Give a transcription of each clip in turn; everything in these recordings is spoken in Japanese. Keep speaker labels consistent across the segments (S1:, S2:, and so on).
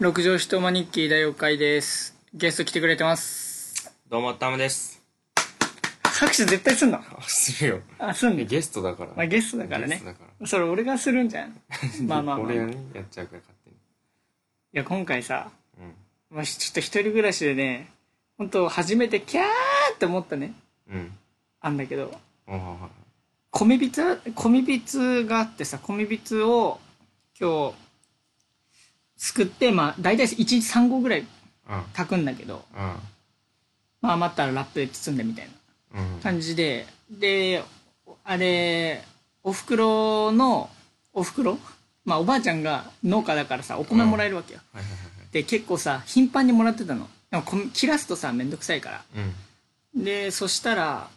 S1: 六条一間日記大妖怪です。ゲスト来てくれてます。
S2: どうも、たむです。
S1: 拍手絶対すんの
S2: あ、するよ。
S1: あ、すんの
S2: ゲストだから。
S1: まあゲストだから
S2: ゲ
S1: ね
S2: ストだから。
S1: それ俺がするんじ ゃん。まあまあまあ。
S2: 俺が
S1: い
S2: ね、やっちゃうから勝手に。
S1: や、今回さ、
S2: うん。
S1: まあ、ちょっと一人暮らしでね、本当初めてキャーって思ったね、
S2: うん。
S1: あんだけど、
S2: おはは
S1: 米びつ、米びつがあってさ、米びつを今日、すくって、まあ、大体1日3合ぐらい
S2: は。
S1: 炊くんだけど、
S2: あ、
S1: まあ余ったらラップで包んでみたいな。
S2: あ。うん。
S1: 感じで、で、あれ、お袋の、お袋まあおばあちゃんが農家だからさ、お米もらえるわけよ。
S2: はいはいはい
S1: で、結構さ、頻繁にもらってたの。でも米切らすとさ、めんどくさいから。
S2: はい。
S1: で、そしたら、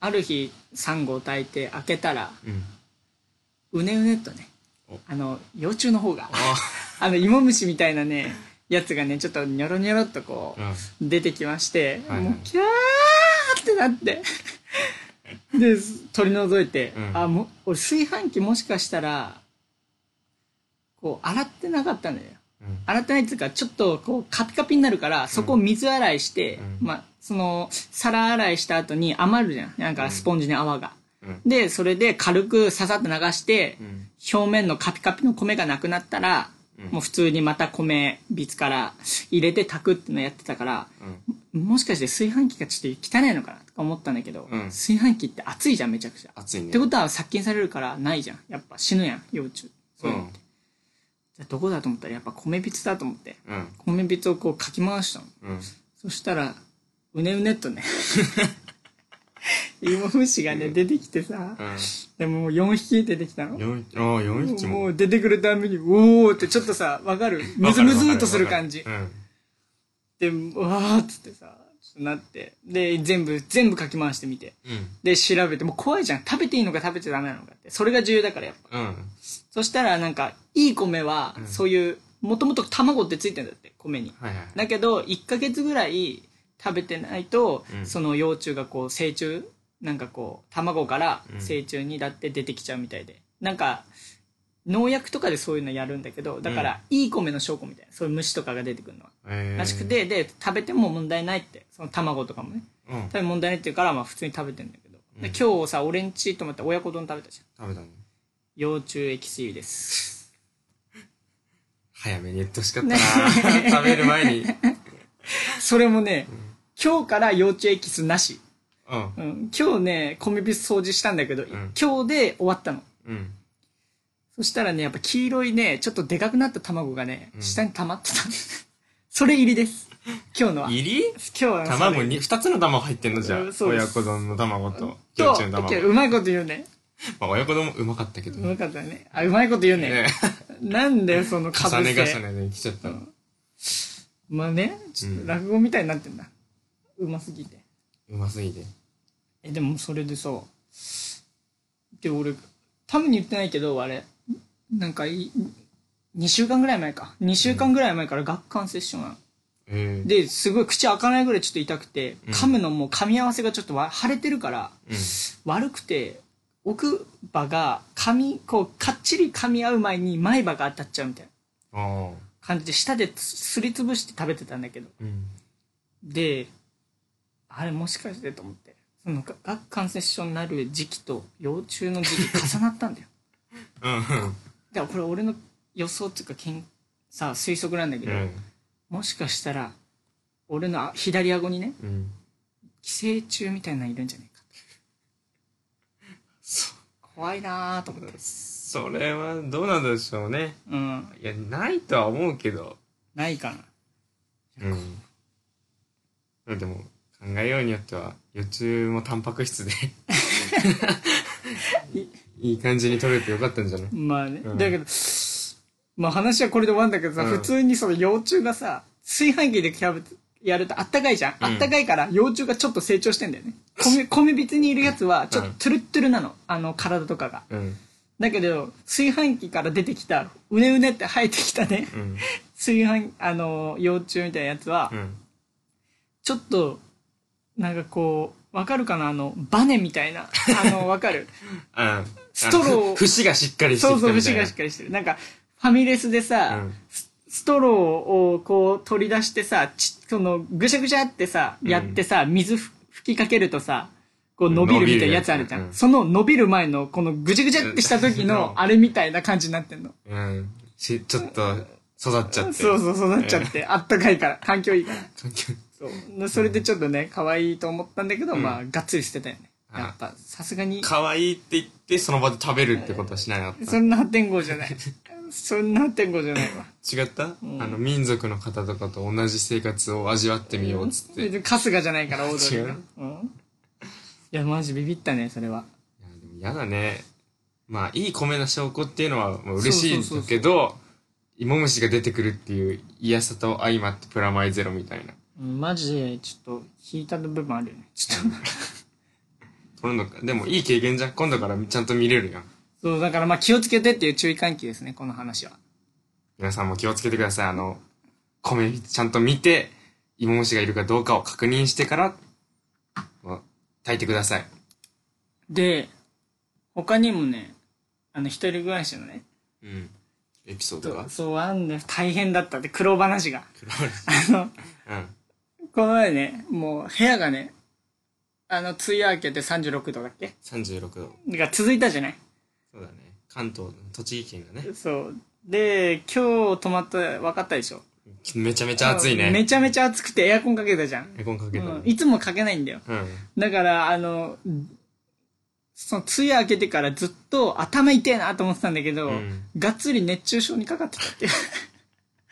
S1: ある日、サンゴを炊いて開けたら、
S2: うん。うん。
S1: うねうねっとね
S2: お、
S1: あの、幼虫の方が、
S2: あ
S1: あの、芋虫みたいなね、やつがね、ちょっとニョロニョロっとこう、
S2: あ。
S1: 出てきまして、
S2: はいはい
S1: もうキャーってな ってで取り除いて、
S2: うん
S1: あもう俺炊飯器もしかしたらこう洗ってなかったんだよ
S2: うん。
S1: 洗ってないっていうかちょっとこうカピカピになるからそこを水洗いして、
S2: うん
S1: まあその皿洗いした後に余るじゃんなんかスポンジに泡が、
S2: うん。
S1: でそれで軽くささっと流して、
S2: うん。
S1: 表面のカピカピの米がなくなったら、
S2: うん
S1: もう普通にまた米びつから入れて炊くってのやってたから、
S2: うん。
S1: もしかして炊飯器がちょっと汚いのかなとか思ったんだけど、
S2: うん
S1: 炊飯器って熱いじゃんめちゃくちゃ、っ
S2: 暑いね。
S1: てことは殺菌されるからないじゃんやっぱ死ぬやん幼虫そううい
S2: ん
S1: うの。じゃあどこだと思ったらやっぱ米びつだと思って
S2: うん。
S1: 米びつをこうかき回したの
S2: うん。
S1: そしたらうねうねっとね 芋虫がね出てきてさ、でももう4匹出てきたの
S2: うん。4匹。ああ、4匹も。
S1: もう出てくるためにおおってちょっとさわかるむずむずっとする感じ
S2: うん。
S1: でうわーっつってさちょっとなってで全部全部かき回してみて
S2: うん。
S1: で調べてもう怖いじゃん食べていいのか食べちゃダメなのかってそれが重要だからやっぱ
S2: うん。
S1: そしたらなんかいい米は
S2: うん
S1: そういうもともと卵ってついてんだって米に
S2: はいはい。
S1: だけど1ヶ月ぐらい食べてないと、
S2: うん
S1: その幼虫がこう成虫なんかこう卵から
S2: うん
S1: 成虫にだって出てきちゃうみたいで、なんか農薬とかでそういうのやるんだけどだからいい米の証拠みたいなそういう虫とかが出てくるのは、
S2: えー
S1: らしく。てで食べても問題ないってその卵とかもね
S2: うん。
S1: 多分問題ないって言うから、まあ普通に食べてんだけど。
S2: うん
S1: で今日さ、俺んちと思って親子丼食べたじゃん。
S2: 食べたね。
S1: 幼虫エキス入りです。
S2: 早めに言ってほし かったな。食べる前に。うん。
S1: それもね、今日から幼虫エキスなし。うん、今日ね、コンビビス掃除したんだけど、
S2: ん
S1: 今日で終わったの。
S2: うん。
S1: そしたらね、やっぱ黄色いね、ちょっとでかくなった卵がね、
S2: うん
S1: 下に溜まってた。 それ入りです。今日のは。今
S2: 入り
S1: 日はそれ
S2: 卵に、二つの卵入ってんのじゃあ
S1: うん。そうで
S2: 親
S1: す
S2: 子丼の卵と、幼
S1: と
S2: 虫の卵。
S1: うまいこと言うね。
S2: まあ、親子丼もうまかったけど
S1: う。まかったね。あ、うまいこと言うね。
S2: ね
S1: なんだよ、そのか
S2: 重
S1: ぶ
S2: ね
S1: せ。
S2: 重ねで来ちゃったの。
S1: まあね、ちょっと落語みたいになってんだ。うますぎて。
S2: うますぎて。
S1: え、でもそれでさ、で、俺、多分に言ってないけど、あれ、なんかい、2週間ぐらい前か。2週間ぐらい前から学感セッションなの。
S2: ええ。
S1: で、すごい口開かないぐらいちょっと痛くて、
S2: うん
S1: 噛むのも噛み合わせがちょっとわ腫れてるから、
S2: うん。
S1: 悪くて、奥歯が噛み、こう、かっちり噛み合う前に前歯が当たっちゃうみたいな
S2: ああ。
S1: 感じで、舌ですりつぶして食べてたんだけど、
S2: うん。
S1: であれもしかしてと思ってそのが顎関節症になる時期と幼虫の時期重なったんだよ
S2: う
S1: だ
S2: ん。
S1: からこれ俺の予想っていうかけんさ推測なんだけ
S2: う
S1: ど、
S2: ん。
S1: もしかしたら俺のあ左顎にね
S2: うん。
S1: 寄生虫みたいなのいるんじゃないか
S2: そ、
S1: 怖いなーと思って
S2: それはどうなんでしょうね。
S1: うん
S2: いや、ないとは思うけど。
S1: ないかな
S2: うん。でも、考えようによっては、予中もタンパ ク質でい、い い感じに取れてよかったんじゃない
S1: まあね、
S2: うん
S1: だけどまあ話はこれで終わるんだけどさ、
S2: うん
S1: 普通にその幼虫がさ炊飯器でキャベツやるとあったかいじゃん、
S2: うん
S1: あったかいから幼虫がちょっと成長してんだよね米米びつにいるやつはちょっとトゥルットゥルなの、あの体とかが
S2: うん。
S1: だけど炊飯器から出てきたうねうねって生えてきたね
S2: うん。
S1: 炊飯あの幼虫みたいなやつは、
S2: うん。
S1: ちょっとなんかこうわかるかなあのバネみたいなあのわかる
S2: うん。
S1: ストロー
S2: あのふ節がしっかりして
S1: そう
S2: きた
S1: そう
S2: みたい
S1: 節
S2: な。
S1: がしっかりしてるなんかファミレスでさ、
S2: うん
S1: スストローをこう取り出してさ、ちそのぐしゃぐしゃってさ、
S2: うん
S1: やってさ、水ふ吹きかけるとさ、こう伸びるみたいなやつあるじゃん。
S2: うん
S1: その伸びる前のこのぐじゃぐじゃってした時の
S2: うん
S1: あれみたいな感じになってんの。
S2: うん。し、ちょっと、育っちゃって。
S1: そうそうそうなっちゃって、あったかいから、環境いいから。
S2: 環境。
S1: そう。それでちょっとね、可愛いと思ったんだけど、
S2: うん
S1: まあ、がっつり捨てたよね。
S2: あ
S1: やっぱ、さすがに、
S2: 可愛いって言って、その場で食べるってことはしなかった。
S1: そんな8.5じゃない。そんな8.5じゃないわ。
S2: 違った、
S1: ん
S2: あの、民族の方とかと同じ生活を味わってみようっつって。いや、
S1: 別に春日じゃないから、大通り
S2: 違
S1: が
S2: う。
S1: うん。いや、マジビビったね、それは。
S2: でも嫌だね。まあ、いい米の証拠っていうのは、まあ、嬉しいん
S1: そうそうそう
S2: だ
S1: そう
S2: けど、芋虫が出てくるっていう嫌さと相まってプラマイゼロみたいな。
S1: うんマジで、ちょっと、引いた部分あるよ ね。ちょっと。
S2: 今度か、でもいい経験じゃん。今度からちゃんと見れるやん。
S1: そう、だからまあ気をつけてっていう注意喚起ですね、この話は。
S2: 皆さんも気をつけてください。あの、米ちゃんと見て、芋虫がいるかどうかを確認してから、まあ炊いてください。
S1: で、他にもね、あの、一人暮らしのね、
S2: うん。エピソードが。
S1: そう、あんだよ大変だったって、苦労話が。あの、
S2: うん。
S1: この前ね、もう部屋がね、あの、梅雨明けて36度だっけ
S2: 36度。
S1: が続いたじゃない
S2: そうだね。関東、栃木県がね。
S1: そう。で、今日泊まった、分かったでしょ
S2: めちゃめちゃ暑いね。
S1: めちゃめちゃ暑くてエアコンかけたじゃん。
S2: エコンか
S1: う
S2: けたの
S1: ん、いつもかけないんだよ。
S2: うん。
S1: だから、あの、その、梅雨明けてからずっと頭痛えなと思ってたんだけど、
S2: うん
S1: がっつり熱中症にかかってたっていう。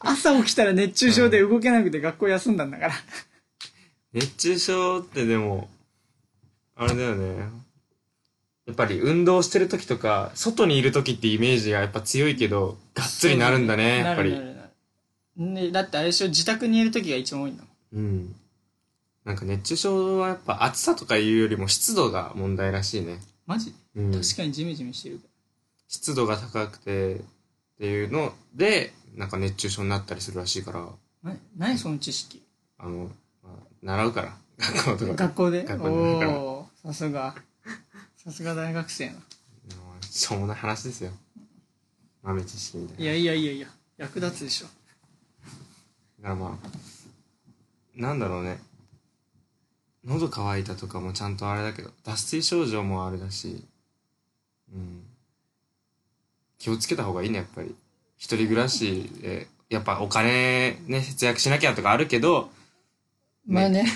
S1: 朝起きたら熱中症で動けなくて学校休んだんだから。
S2: 熱中症ってでも、あれだよね。やっぱり運動してる時とか、外にいる時ってイメージがやっぱ強いけど、がっつりなるんだね、やっ
S1: な
S2: ぱ
S1: る
S2: り。
S1: なるなるねだってあれでしょ自宅にいる時が一番多いんだもん
S2: うん。なんか熱中症はやっぱ暑さとかいうよりも湿度が問題らしいね。
S1: マジ
S2: うん。
S1: 確かにジメジメしてるか
S2: 湿度が高くてっていうので、なんか熱中症になったりするらしいから、
S1: らな何その知識
S2: あの、まあ、習うから、学校とかで。
S1: 学校で
S2: 学校で習う
S1: おおーさすがさすが大学生な
S2: もうしょうもない話ですよ。豆知識みたいな。
S1: いやいやいやいや役立つでしょ
S2: だからまあ、なんだろうね。喉乾いたとかもちゃんとあれだけど、脱水症状もあれだし、うん。気をつけた方がいいね、やっぱり。一人暮らしで、やっぱお金ね、節約しなきゃとかあるけど、
S1: まあね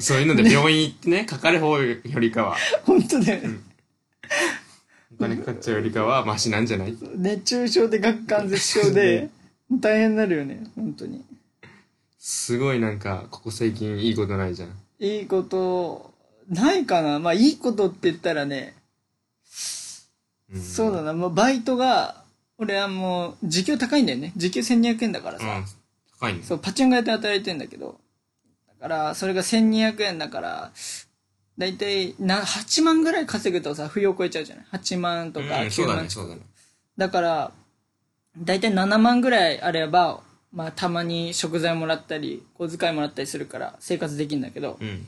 S2: そういうので病院行ってね、かかる方よりかは、
S1: 本当だよね
S2: お金かかっちゃうよりかはマシなんじゃない
S1: 熱中症で学間絶症で大変になるよね本当に
S2: すごいなんか、ここ最近いいことないじゃん。
S1: いいことないかなまあいいことって言ったらね
S2: うん
S1: そうだな、もうバイトが、俺はもう、時給高いんだよね。時給1200円だからさ。
S2: うん。高いね。
S1: そう、パチンコ屋で働いてんだけど。だから、それが1200円だから、だいたい、な、8万ぐらい稼ぐとさ、冬を超えちゃうじゃない ?8 万とか
S2: うんそ
S1: 9
S2: うだ
S1: 万
S2: ね、。そうだね。
S1: だから、だいたい7万ぐらいあれば、まあ、たまに食材もらったり、小遣いもらったりするから、生活できるんだけど、
S2: うん。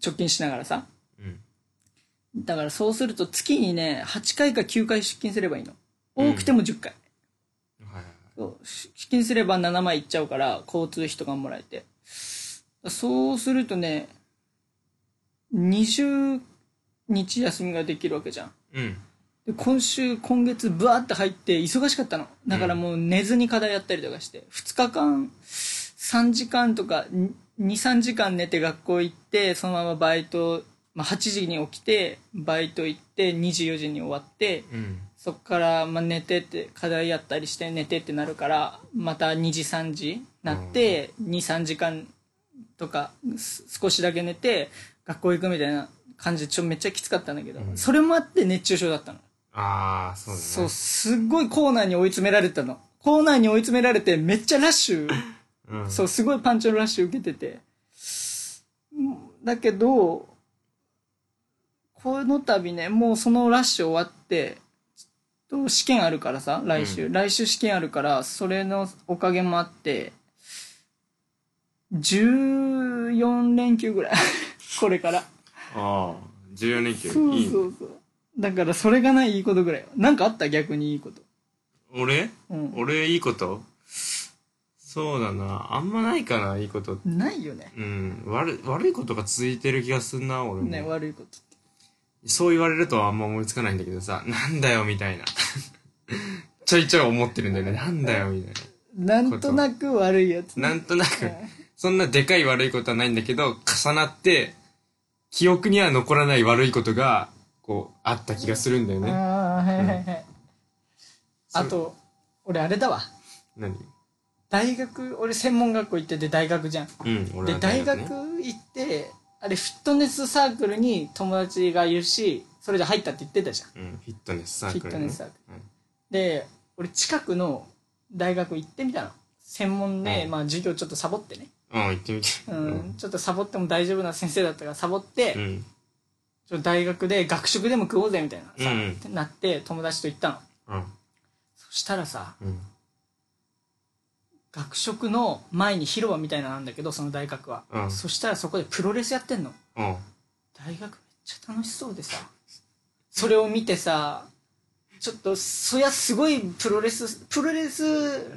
S1: 貯金しながらさ。
S2: うん。
S1: だから、そうすると月にね、8回か9回出勤すればいいの。多くても10回。
S2: はいはいはい。
S1: そうし出勤すれば7枚いっちゃうから交通費とかもらえてそうするとね20日休みができるわけじゃん
S2: うん。
S1: で今週今月ブワーって入って忙しかったのだからもう寝ずに課題やったりとかして2日間3時間とか23時間寝て学校行ってそのままバイト、まあ、8時に起きてバイト行って24時に終わって
S2: うん。
S1: そっから、まあ、寝てって課題やったりして寝てってなるからまた2時3時なって、23時間とかす少しだけ寝て学校行くみたいな感じでちょめっちゃきつかったんだけど、
S2: うん
S1: それもあって熱中症だったの
S2: ああ、そうだね。
S1: そう,、すっごいコーナーに追い詰められたのコーナーに追い詰められてめっちゃラッシュ
S2: うん。
S1: そうすごいパンチのラッシュ受けててうんだけどこの度ねもうそのラッシュ終わってちょっと試験あるからさ来週、
S2: う
S1: 来週試験あるからそれのおかげもあって14連休ぐらい これから
S2: ああ、14連休。
S1: そう
S2: いい
S1: そ
S2: ね。
S1: うそうだからそれがないいいことぐらいなんかあった逆にいいこと
S2: 俺
S1: うん
S2: 俺いいことそうだなあんまないかないいことって
S1: ないよね
S2: うん悪い悪いことが続いてる気がすんな俺も、
S1: ね悪いことって
S2: そう言われるとあんま思いつかないんだけどさなんだよみたいな ちょいちょい思ってるんだよねなんだよみたい
S1: なんとなく悪いやつ、
S2: ななんとなく
S1: うん
S2: そんなでかい悪いことはないんだけど重なって記憶には残らない悪いことがこうあった気がするんだよ
S1: あ
S2: ね
S1: あはいはいはい
S2: そ
S1: あ
S2: う
S1: と俺あれだわ
S2: 何
S1: 大学俺専門学校行ってて大学じゃん
S2: うん俺
S1: で
S2: は
S1: 大学
S2: ね
S1: 行ってあれフィットネスサークルに友達がいるしそれで入ったって言ってたじゃん
S2: うん、フィットネスサークル、ね、
S1: フィットネスサーク
S2: ル、
S1: で俺近くの大学行ってみたの専門で、
S2: うん
S1: まあ授業ちょっとサボってね、
S2: うん、行ってみて
S1: うんちょっとサボっても大丈夫な先生だったからサボって、
S2: う
S1: ちょ
S2: ん
S1: っと大学で学食でも食おうぜみたいなさ、
S2: うん
S1: ってなって友達と行ったの
S2: うん
S1: そしたらさ
S2: うん
S1: 学食の前に広場みたいなのなんだけどその大学は、
S2: うん
S1: そしたらそこでプロレスやってんの
S2: うん
S1: 大学めっちゃ楽しそうでさそれを見てさちょっとそりゃすごいプロレスプロレス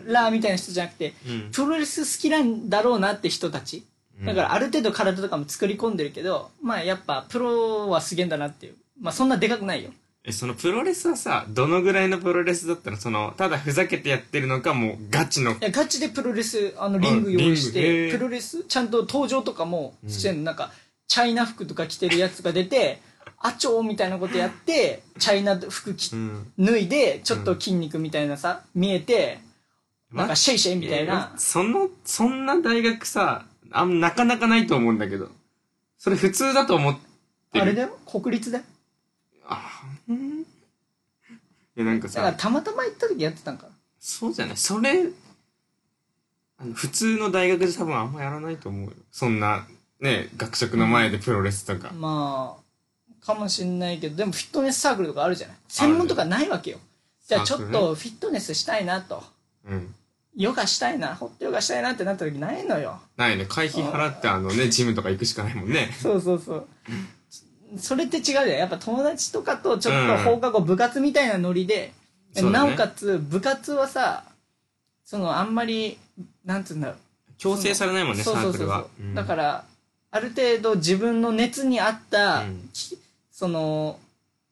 S1: ラーみたいな人じゃなくて
S2: うん
S1: プロレス好きなんだろうなって人たち
S2: うん
S1: だからある程度体とかも作り込んでるけどまあやっぱプロはすげえんだなっていうまあそんなでかくないよ
S2: えそのプロレスはさどのぐらいのプロレスだったのそのただふざけてやってるのかもうガチの
S1: いやガチでプロレスあのリング用意し
S2: あリングへ
S1: て
S2: え
S1: プロレスちゃんと登場とかもしてんの、なんかチャイナ服とか着てるやつが出て「あちょー」みたいなことやってチャイナ服着て
S2: うん
S1: 脱いでちょっと筋肉みたいなさ、見えてなんか
S2: マジ
S1: シェイシェイみたいな
S2: えそのそんな大学さあんなかなかないと思うんだけどそれ普通だと思って
S1: あ
S2: る
S1: れだよ国立だよ
S2: あうんえなんか
S1: だから
S2: さ
S1: たまたま行った時やってたんかな
S2: そうじゃないそれあの普通の大学で多分あんまやらないと思うよそんなね学食の前でプロレスとか、
S1: まあかもしんないけどでもフィットネスサークルとかあるじゃない専門とかないわけよじゃあちょ
S2: サ
S1: っ
S2: ークル
S1: とフィットネスしたいなと
S2: うん
S1: ヨガしたいなホットヨガしたいなってなった時ないのよ
S2: ないね会費払ってあのねジムとか行くしかないもんね
S1: そうそうそうそれって違うじゃんやっぱ友達とかとちょっと放課後部活みたいなノリで、
S2: そうだ
S1: な
S2: ね
S1: おかつ部活はさそのあんまりなんつうんだろう
S2: 強制されないもんねサ
S1: そうそ
S2: ー
S1: う
S2: ク
S1: そう
S2: ル
S1: そう
S2: は、うん
S1: だからある程度自分の熱に合った、
S2: うん
S1: きその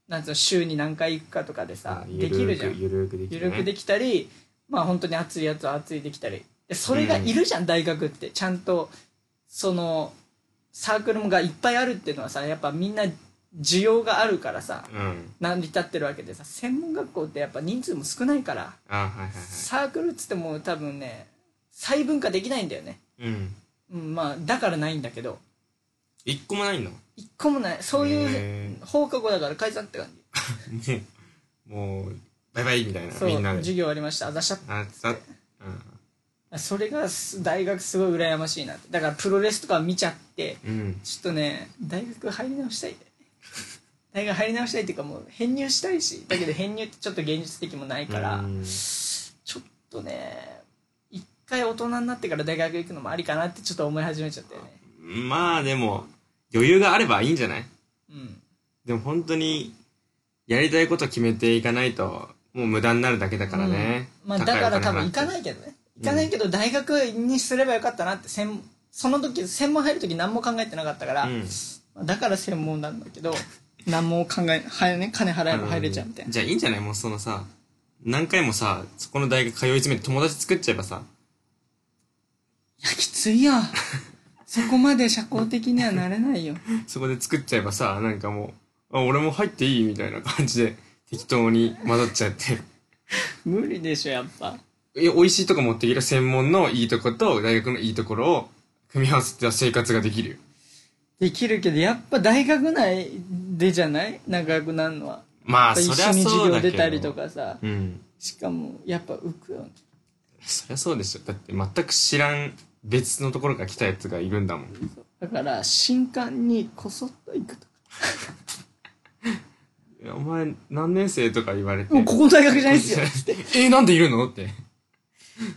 S1: なんつうの週に何回行くかとかでさ
S2: あ
S1: できるじゃん
S2: ゆるーくゆ
S1: ゆる
S2: るーく
S1: く
S2: で
S1: で
S2: き
S1: きたりまあ本当に暑いやつは暑いできたりでそれがいるじゃん、大学ってちゃんとそのサークルがいっぱいあるっていうのはさやっぱみんな需要があるからさ
S2: るねうん
S1: 成り立ってるわけでさ専門学校ってやっぱ人数も少ないから
S2: あはいはいは
S1: サークルっつっても多分ね細分化できないんだよね
S2: いうん
S1: うん、まあだからないんだけど
S2: 一個もないの
S1: 一個もないそうい
S2: へ
S1: う放課後だから解散って感じ
S2: もうもうバイバイみたいな
S1: そう
S2: みんなで
S1: 授業終わりましたあざしゃ
S2: あさうん
S1: それがす大学すごい羨ましいなってだからプロレスとか見ちゃって
S2: うん
S1: ちょっとね大学入り直したい大学入り直したいっていうかもう編入したいしだけど編入ってちょっと現実的もないから
S2: うん
S1: ちょっとね一回大人になってから大学行くのもありかなってちょっと思い始めちゃったよね
S2: まあでも余裕があればいいんじゃない
S1: うん
S2: でも本当にやりたいこと決めていかないともう無駄になるだけだからね、
S1: まあ、だから多分行か
S2: い
S1: ないけどね行かないけど大学にすればよかったなって専その時専門入る時何も考えてなかったから、
S2: うん
S1: だから専門なんだけ ど何も考えはね金払えば入れちゃうみたいな、
S2: じゃあいいんじゃないもうそのさ何回もさそこの大学通い詰めて友達作っちゃえばさ
S1: いやきついよそこまで社交的にはなれないよ
S2: そこで作っちゃえばさなんかもうあ俺も入っていいみたいな感じで適当に混ざっちゃって
S1: 無理でしょやっぱ
S2: いや美味しいとこ持ってきる専門のいいとこと大学のいいところを組み合わせた生活ができるよ
S1: できるけどやっぱ大学内でじゃない仲良くなるのは
S2: ま
S1: や
S2: あ
S1: っぱ
S2: そ
S1: 一
S2: り
S1: 緒
S2: ゃ
S1: に
S2: そ
S1: 授
S2: う
S1: 業
S2: だけ
S1: 出
S2: ど
S1: たりとかさ
S2: うん
S1: しかもやっぱ浮くよね
S2: そりゃそうでしょだって全く知らん別のところから来たやつがいるんだもん
S1: だから新刊にこそっと行くとか
S2: いやお前何年生とか言われて
S1: もうここの大学じゃないっ すよ
S2: えなんでいるのって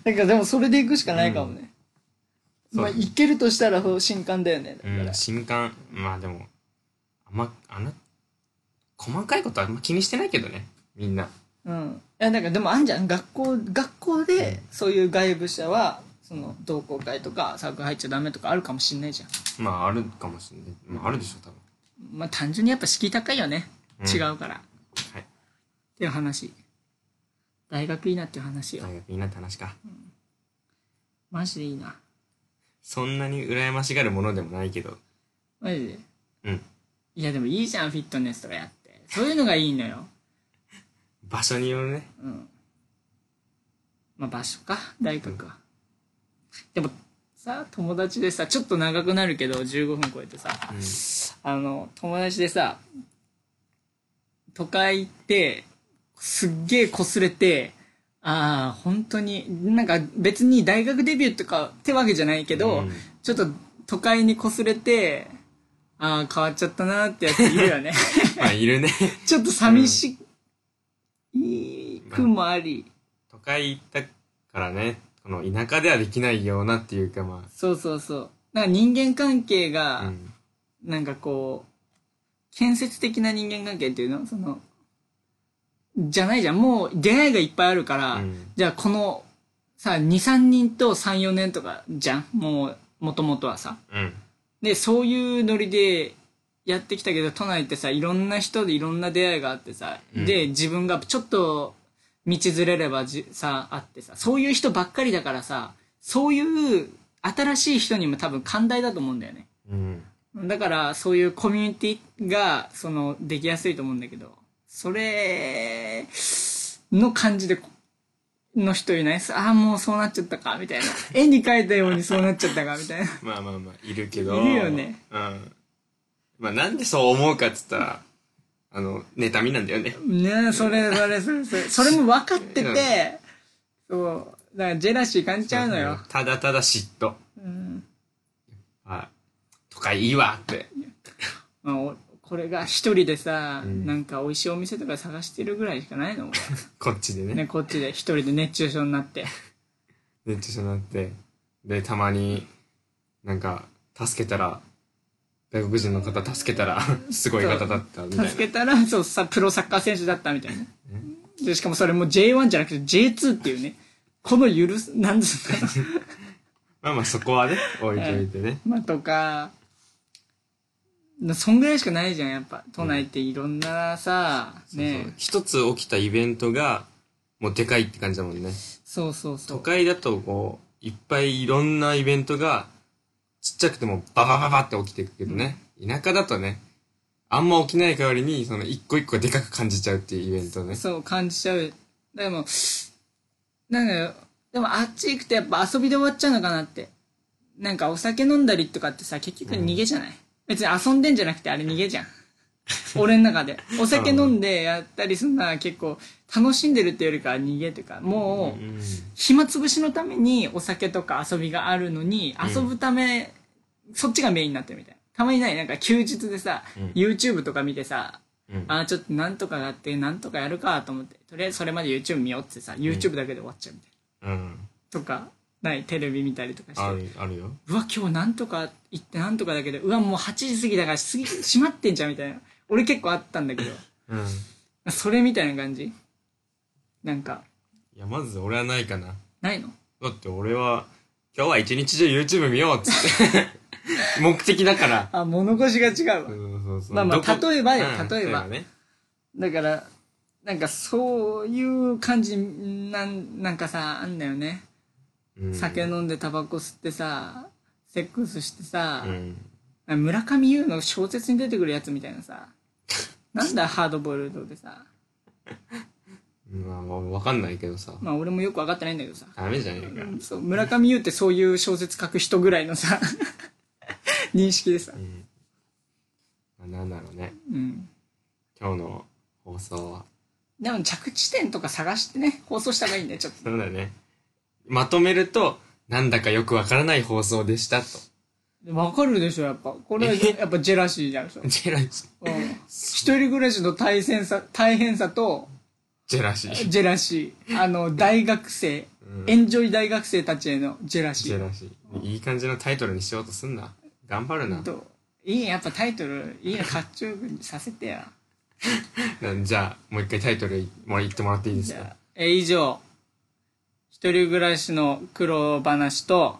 S1: なんかでもそれで行くしかないかもね、
S2: うん
S1: まあ
S2: そうだね
S1: 行けるとしたらそう新刊だよねだか
S2: う
S1: ら、
S2: ん新刊まあでもあんまあな細かいことはあんま気にしてないけどねみんな
S1: うん。いや、なんかでもあんじゃん。学校、学校で、そういう外部者は、その同好会とかサークル入っちゃダメとかあるかもしんないじゃん
S2: まああるかもしれない、まあ、あるでしょ多分
S1: まあ単純にやっぱ敷居高いよね、
S2: うん
S1: 違うからっ
S2: はい
S1: ていう話大学いいなっていう話よ
S2: 大学いいなって話か
S1: マジでいいな
S2: そんなに羨ましがるものでもないけど
S1: マジで
S2: うん
S1: いやでもいいじゃんフィットネスとかやってそういうのがいいのよ
S2: 場所によるね
S1: うんまあ場所か大学は、でもさ友達でさちょっと長くなるけど15分超えてさ
S2: う
S1: あの友達でさ都会行ってすっげえ擦れてああ本当になんか別に大学デビューとかってわけじゃないけど、
S2: うん
S1: ちょっと都会に擦れてああ変わっちゃったなってやついるよ ね
S2: んまあいるね
S1: ちょっと寂しいくもあり、
S2: 都会行ったからねこの田舎ではできないようなっていうかま
S1: そうそうそうなんか人間関係
S2: あ、
S1: が、
S2: うん、
S1: なんかこう、建設的な人間関係っていうのその、じゃないじゃん。もう出会いがいっぱいあるから、
S2: うん
S1: じゃあこの、さ、2、3人と3、4年とかじゃんもう、もともとはさ。
S2: うん
S1: で、そういうノリでやってきたけど、都内ってさ、いろんな人でいろんな出会いがあってさ、
S2: うん
S1: で、自分がちょっと道ずれればじさ、あってさ、そういう人ばっかりだからさ、そういう新しい人にも多分寛大だと思うんだよね。
S2: うん
S1: だから、そういうコミュニティが、その、できやすいと思うんだけど、それ、の感じで、この人いないです。ああ、もうそうなっちゃったか、みたいな。絵に描いたようにそうなっちゃったか、みたいな。
S2: まあまあまあいるけど
S1: いるよね
S2: うんまあなんでそう思うかっつったらあの妬みなんだよね
S1: ねえ、それ、それ、それ、それ、それも分かってて、そう、だからジェラシー感じちゃうのよ。
S2: ただただ嫉妬
S1: うん。
S2: はい都会いいわって
S1: まあ、おこれが一人でさ、
S2: うん
S1: なんか美味しいお店とか探してるぐらいしかないの、俺
S2: こっちでね
S1: ね、こっちで一人で熱中症になって。
S2: 熱中症になってでたまになんか助けたら外国人の方助けた らすごい方だったみたいな
S1: 助けたらそうさプロサッカー選手だったみたいなでしかもそれも J1 じゃなくて J2 っていうねこの許すなんつ うんだろ
S2: まあまあそこ はね置いといてね、
S1: うまあとかなそんぐらいしかないじゃんやっぱ都内っていろんなさ、
S2: そうそう
S1: ね
S2: 一つ起きたイベントがもうでかいって感じだもんね
S1: そうそうそ
S2: 都
S1: う
S2: 会だとこういっぱいいろんなイベントがちっちゃくてもババババって起きていくけどね、田舎だとねあんま起きない代わりにその一個一個でかく感じちゃうっていうイベントね
S1: そう感じちゃうでもなんだよでもあっち行くとやっぱ遊びで終わっちゃうのかなってなんかお酒飲んだりとかってさ結局逃げじゃない、別に遊んでんじゃなくてあれ逃げじゃん俺の中でお酒飲んでやったりすんなら結構楽しんでるっていうよりかは逃げというかもう
S2: うん
S1: 暇つぶしのためにお酒とか遊びがあるのに遊ぶため、そっちがメインになってるみたいなたまにないなんか休日でさ、
S2: うん
S1: YouTube とか見てさ
S2: うん
S1: あーちょっとなんとかやってなんとかやるかと思ってとりあえずそれまで YouTube 見ようってさ YouTube だけで終わっちゃうみたい
S2: うん
S1: なとかないテレビ見たりとかして
S2: あるあるよ
S1: うわ今日なんとか行ってなんとかだけどうわもう8時過ぎだから過ぎ閉まってんじゃんみたいな俺結構あったんだけど
S2: うん
S1: それみたいな感じなんか
S2: いやまず俺はないかな
S1: ないの
S2: だって俺は今日は一日中 YouTube 見ようっつって 目的だから
S1: あ物腰が違うわ
S2: そうそうそう
S1: まあまあ
S2: どこ
S1: 例えばよ
S2: うん
S1: 例えば
S2: ね
S1: だからなんかそういう感じなんなんかさあんだよね
S2: うん
S1: 酒飲んでタバコ吸ってさセックスしてさ
S2: う、ん
S1: 村上優の小説に出てくるやつみたいな さなんだハードボイルドでさ
S2: まあまあわかんないけどさ
S1: まあ俺もよく分かってないんだけどさ
S2: ダメじゃねえか
S1: そう村上優ってそういう小説書く人ぐらいの さ認識でさ
S2: うんまあなんだろうね
S1: うん
S2: 今日の放送は
S1: でも着地点とか探してね放送した方がいいんだよちょっと
S2: そうだねまとめるとなんだかよくわからない放送でしたと
S1: 分かるでしょやっぱこれはやっぱジェラシーじゃんでしょ
S2: ジェラシー
S1: うん一人暮らしの大変さ大変さ と
S2: ジェラシー
S1: ジェラシーあの大学生、
S2: うん
S1: エンジョイ大学生たちへのジェラシ
S2: ジ
S1: ー
S2: ェラシーいい感じのタイトルにしようとすんな頑張るな
S1: どういいやっぱタイトルいいやかっちょよくさせてや
S2: じゃあもう一回タイトルもう言ってもらっていいです
S1: じ
S2: か
S1: ゃあえ以上「一人暮らしの苦労話と、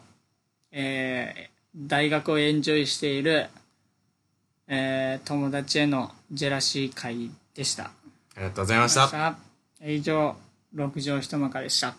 S1: えー大学をエンジョイしている、えー友達へのジェラシー会でした。
S2: ありがとうございました。
S1: 以上、六畳一間からでした。